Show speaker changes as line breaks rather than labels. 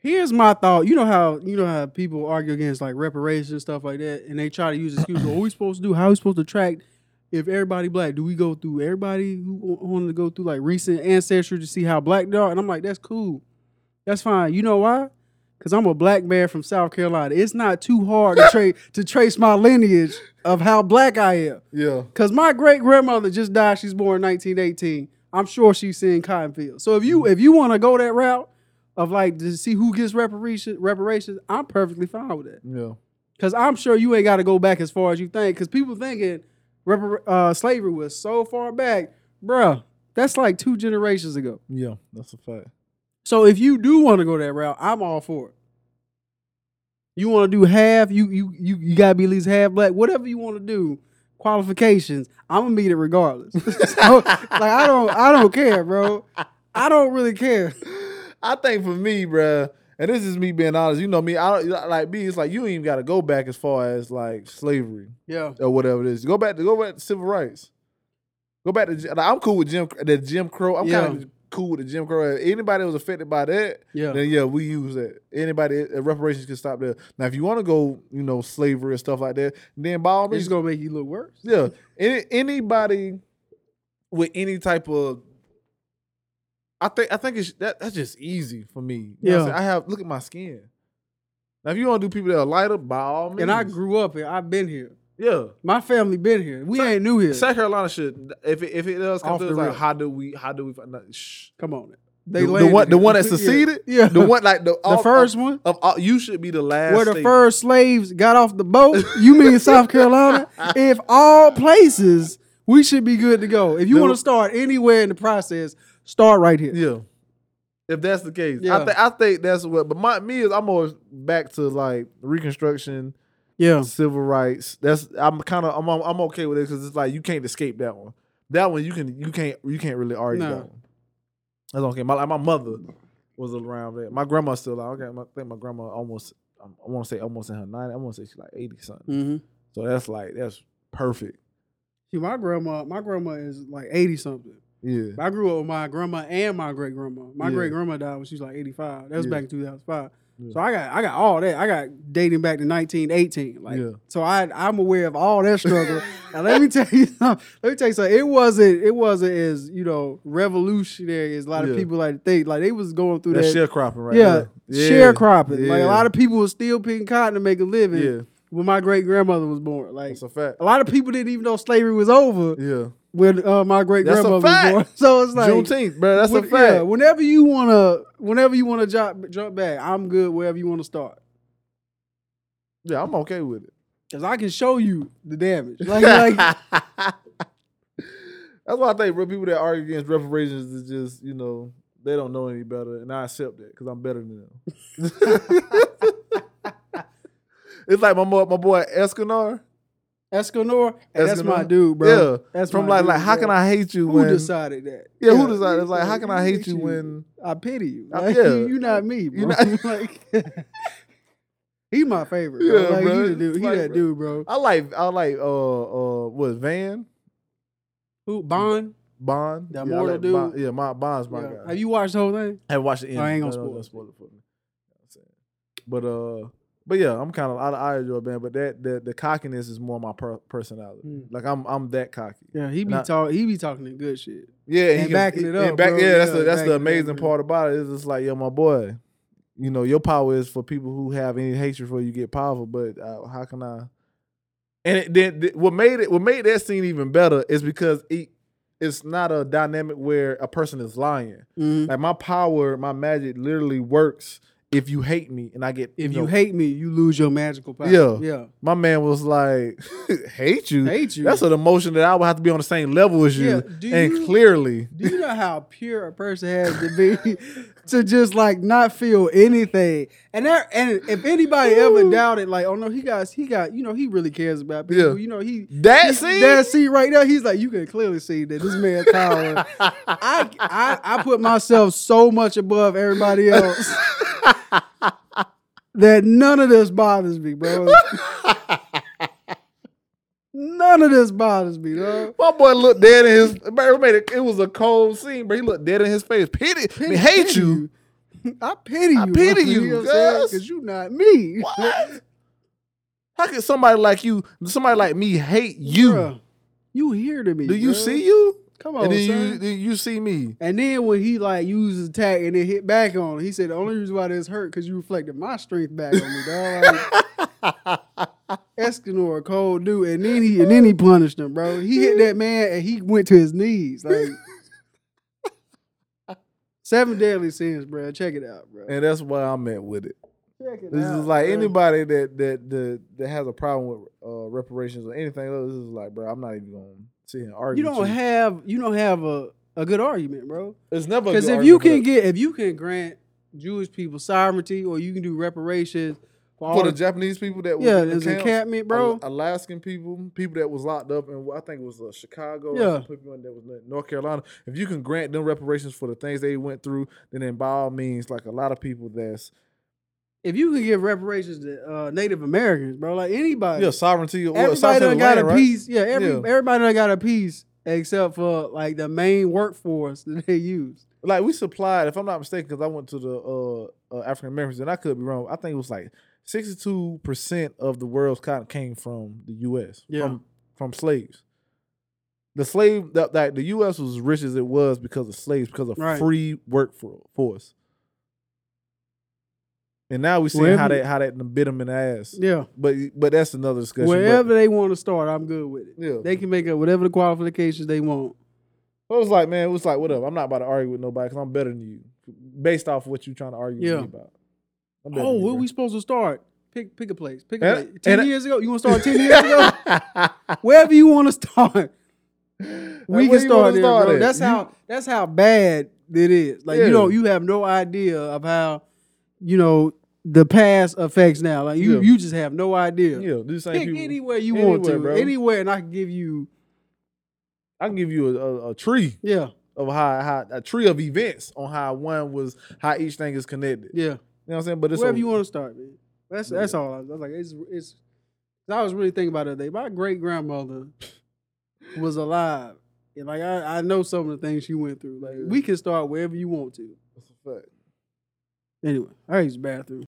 Here's my thought. You know how you know how people argue against like reparations and stuff like that, and they try to use excuse. what we supposed to do? How we supposed to track if everybody black? Do we go through everybody who wa- wanted to go through like recent ancestry to see how black they are? And I'm like, that's cool, that's fine. You know why? Cause I'm a black man from South Carolina. It's not too hard to trace to trace my lineage of how black I am.
Yeah.
Cause my great grandmother just died. She's born in 1918. I'm sure she's seen cotton fields. So if you if you want to go that route of like to see who gets reparations, reparations, I'm perfectly fine with that.
Yeah.
Cause I'm sure you ain't got to go back as far as you think. Cause people thinking repar- uh, slavery was so far back, bruh. That's like two generations ago.
Yeah. That's a fact.
So if you do want to go that route, I'm all for it. You want to do half, you you you you gotta be at least half black. Whatever you want to do, qualifications, I'm gonna meet it regardless. So, like I don't I don't care, bro. I don't really care.
I think for me, bruh, and this is me being honest. You know me. I don't like me. It's like you ain't even got to go back as far as like slavery
Yeah,
or whatever it is. Go back to go back to civil rights. Go back to. Like, I'm cool with Jim the Jim Crow. I'm kind
Yeah.
of cool with the Jim Crow. If anybody was affected by that,
yeah,
then yeah, we use that. Anybody uh, reparations can stop there. Now, if you want to go, you know, slavery and stuff like that, then by all
it's
means,
just gonna make you look worse.
yeah. Any, anybody with any type of, I think I think it's that that's just easy for me. You know what I'm
Yeah.
saying? I have look at my skin. Now, if you want to do people that are lighter, by all means.
And I grew up here. I've been here.
yeah.
My family been here. We ain't new here.
South Carolina should if it, if it does come
Off
through,
the
it's like
rip.
how do we how do we find out? Shh.
Come on,
The- the
landed
one- the
here.
one that
Yeah.
seceded?
Yeah,
the one like the, all-
the first one.
of all, you should be the last.
where the
state.
first slaves got off the boat. You mean South Carolina? If all places, we should be good to go. If you
No.
want to start anywhere in the process, start right here.
Yeah. If that's the case, I
Yeah.
think I think that's what. But my me is I'm always back to like Reconstruction,
Yeah,
civil rights. That's I'm kind of I'm, I'm I'm okay with it because it's like you can't escape that one. That one you can you can't you can't really argue
No.
that one. That's okay. My like, my mother was around that. My grandma's still out. Okay, my, I think my grandma almost um, I want to say almost in her 90s. I want to say she's like eighty something.
Mm-hmm.
So that's like that's perfect.
See, my grandma, my grandma is like eighty something.
Yeah.
I grew up with my grandma and my great grandma. My
Yeah.
great grandma died when she was like eighty five. That was
Yeah.
back in two thousand five.
Yeah.
So I got I got all that. I got dating back to nineteen eighteen. Like
Yeah.
so I I'm aware of all that struggle. now let me tell you something. Let me tell you something. It wasn't it wasn't as, you know, revolutionary as a lot of
Yeah.
people like to think. Like they was going through
That
that,
sharecropping right
yeah,
there.
sharecropping. Like a
Yeah.
lot of people were still picking cotton to make a living
Yeah.
when my great grandmother was born. Like
That's a fact.
a lot of people didn't even know slavery was over
Yeah.
when uh, my great
That's a
grandmother was
fact.
born. So it's like
Juneteenth, bro. That's a
when-
fact.
yeah, whenever you wanna, whenever you wanna jump jump back, I'm good wherever you wanna start,
Yeah, I'm okay with it.
cause I can show you the damage. Like, like
That's why I think real people that argue against reparations is just, you know, they don't know any better, and I accept that because I'm better than them. it's like my mo- my boy Escanor.
Escanor, hey, that's my
Escanor?
dude, bro.
Yeah,
that's
from
my
like
dude,
like how
bro.
can I hate you
Who
when?
decided that?
yeah, who decided? It's like how can I
who
hate
hate
you when?
I pity you.
I-
Like,
yeah.
you, you not me, bro.
You not-
like, he my favorite. Bro.
Yeah,
like,
bro.
He, the dude,
It's
he
like,
that
bro.
dude, bro.
I like I like uh uh what Van
Who Bond?
Bond.
The
Yeah, I
immortal
like Bond.
dude.
Yeah, my Bond's my
Yeah.
guy.
Have you watched the whole thing?
Oh, I haven't watched the end.
I ain't gonna
No, no,
spoil
don't
it.
spoil it for me. You know what I'm saying? But uh, but yeah, I'm kind of I, I enjoy band, but that the, the cockiness is more my per- personality.
Mm.
Like I'm I'm that cocky.
Yeah, he be
Nah.
talk. He be talking the good shit.
Yeah,
And
he
backing it
and
up,
back-
bro.
yeah, that's
Yeah,
the that's the
backing it up,
amazing
bro.
part about it. It's just like yo, my boy. You know, your power is for people who have any hatred for you get powerful, but uh, how can I? And it, then th- what made it what made that scene even better is because it it's not a dynamic where a person is lying.
Mhm.
Like my power, my magic literally works if you hate me and I get
If
know,
you hate me, you lose your magical power.
Yeah.
yeah.
my man was like, hate you?
Hate you.
That's an emotion that I would have to be on the same level as you.
Yeah, do
and
you-
clearly.
Do you know how pure a person has to be to just like not feel anything? And there, and if anybody ever doubted, like, oh no, he got, he got, you know, he really cares about people.
Yeah.
You know, he
That
he-
scene?
that scene right there. He's like, you can clearly see that this man power. I, I I put myself so much above everybody else that none of this bothers me, bro. None of this bothers me, dog.
My boy looked dead in his. bro, It, made it, it was a cold scene, but he looked dead in his face. Pity, I mean, hate you.
I pity you.
I pity
you.
you,
know what I'm saying?
Gus.
Cause you not me.
What? How could somebody like you, somebody like me, hate you?
Bruh, you here to me?
Do you
bruh.
see you?
Come on,
and then you,
son.
then you see me.
and then when he like used his attack and then hit back on, it, he said the only reason why this hurt because you reflected my strength back on me, dog. Like, Escanor, a cold dude, and then he and then he punished him, bro. He hit that man and he went to his knees. Like seven deadly sins, bro. Check it out, bro.
and that's why I'm at with it.
Check it
This
out.
is like
bro.
anybody that that that, that has a problem with uh, reparations or anything else. This is like, bro, I'm not even gonna sit here and argue.
you
with
don't have you don't have a, a good argument, bro.
It's never a
Because
good
if you can
argument
get if you can grant Jewish people sovereignty or you can do reparations for, all
for the
the-
Japanese people that was
yeah,
in the uh,
there's
camps,
encampment, bro.
Al- Alaskan people, people that was locked up, and I think it was uh, Chicago.
Yeah.
Yeah, people in- that was in North Carolina. If you can grant them reparations for the things they went through, then, then by all means, like a lot of people that's
If you can give reparations to uh, Native Americans, bro, like anybody,
yeah sovereignty or
everybody
sovereignty
done
of
got
land,
a
right?
piece. Yeah, every,
Yeah.
everybody done got a piece except for like the main workforce that they use.
Like we supplied, if I'm not mistaken, because I went to the uh, uh, African Americans, and I could be wrong. I think it was like 62 percent of the world's cotton came from the U.S.
Yeah.
from from slaves. The slave that, that the U.S. was as rich as it was because of slaves, because of
Right.
free workforce. And now we see how
Wherever-
that how that done bit them in the ass.
Yeah,
But but that's another discussion. but-
wherever they want to start, I'm good with it.
yeah.
They can make up whatever the qualifications they want.
I was like, man, it was like, whatever. I'm not about to argue with nobody because I'm better than you, based off what you trying to argue
Yeah.
with me about. I'm better
Oh,
than you,
where
bro.
we supposed to start? Pick pick a place. Pick a
And-
place. Ten
and-
years ago, you want to start ten years ago? Wherever you want to start. we
Like,
can
where you wanna
start there, bro.
at?
That's
You-
how that's how bad it is. Like
Yeah.
you know, you have no idea of how you know the past affects now. Like you,
Yeah.
you just have no idea.
Yeah, these same
Pick
people.
anywhere you want
Anywhere,
to,
bro.
anywhere, and I can give you
I can give you a, a, a tree
yeah,
of how, how a tree of events on how one was how each thing is connected. You
yeah.
know what I'm saying? But it's
Wherever
a-
you want to start, man. That's that's all. I was, I was like, it's it's. 'cause I was really thinking about it today. My great grandmother was alive, and like I, I know some of the things she went through. Like
Yeah.
we can start wherever you want to.
It's a fact.
Anyway, I use the bathroom.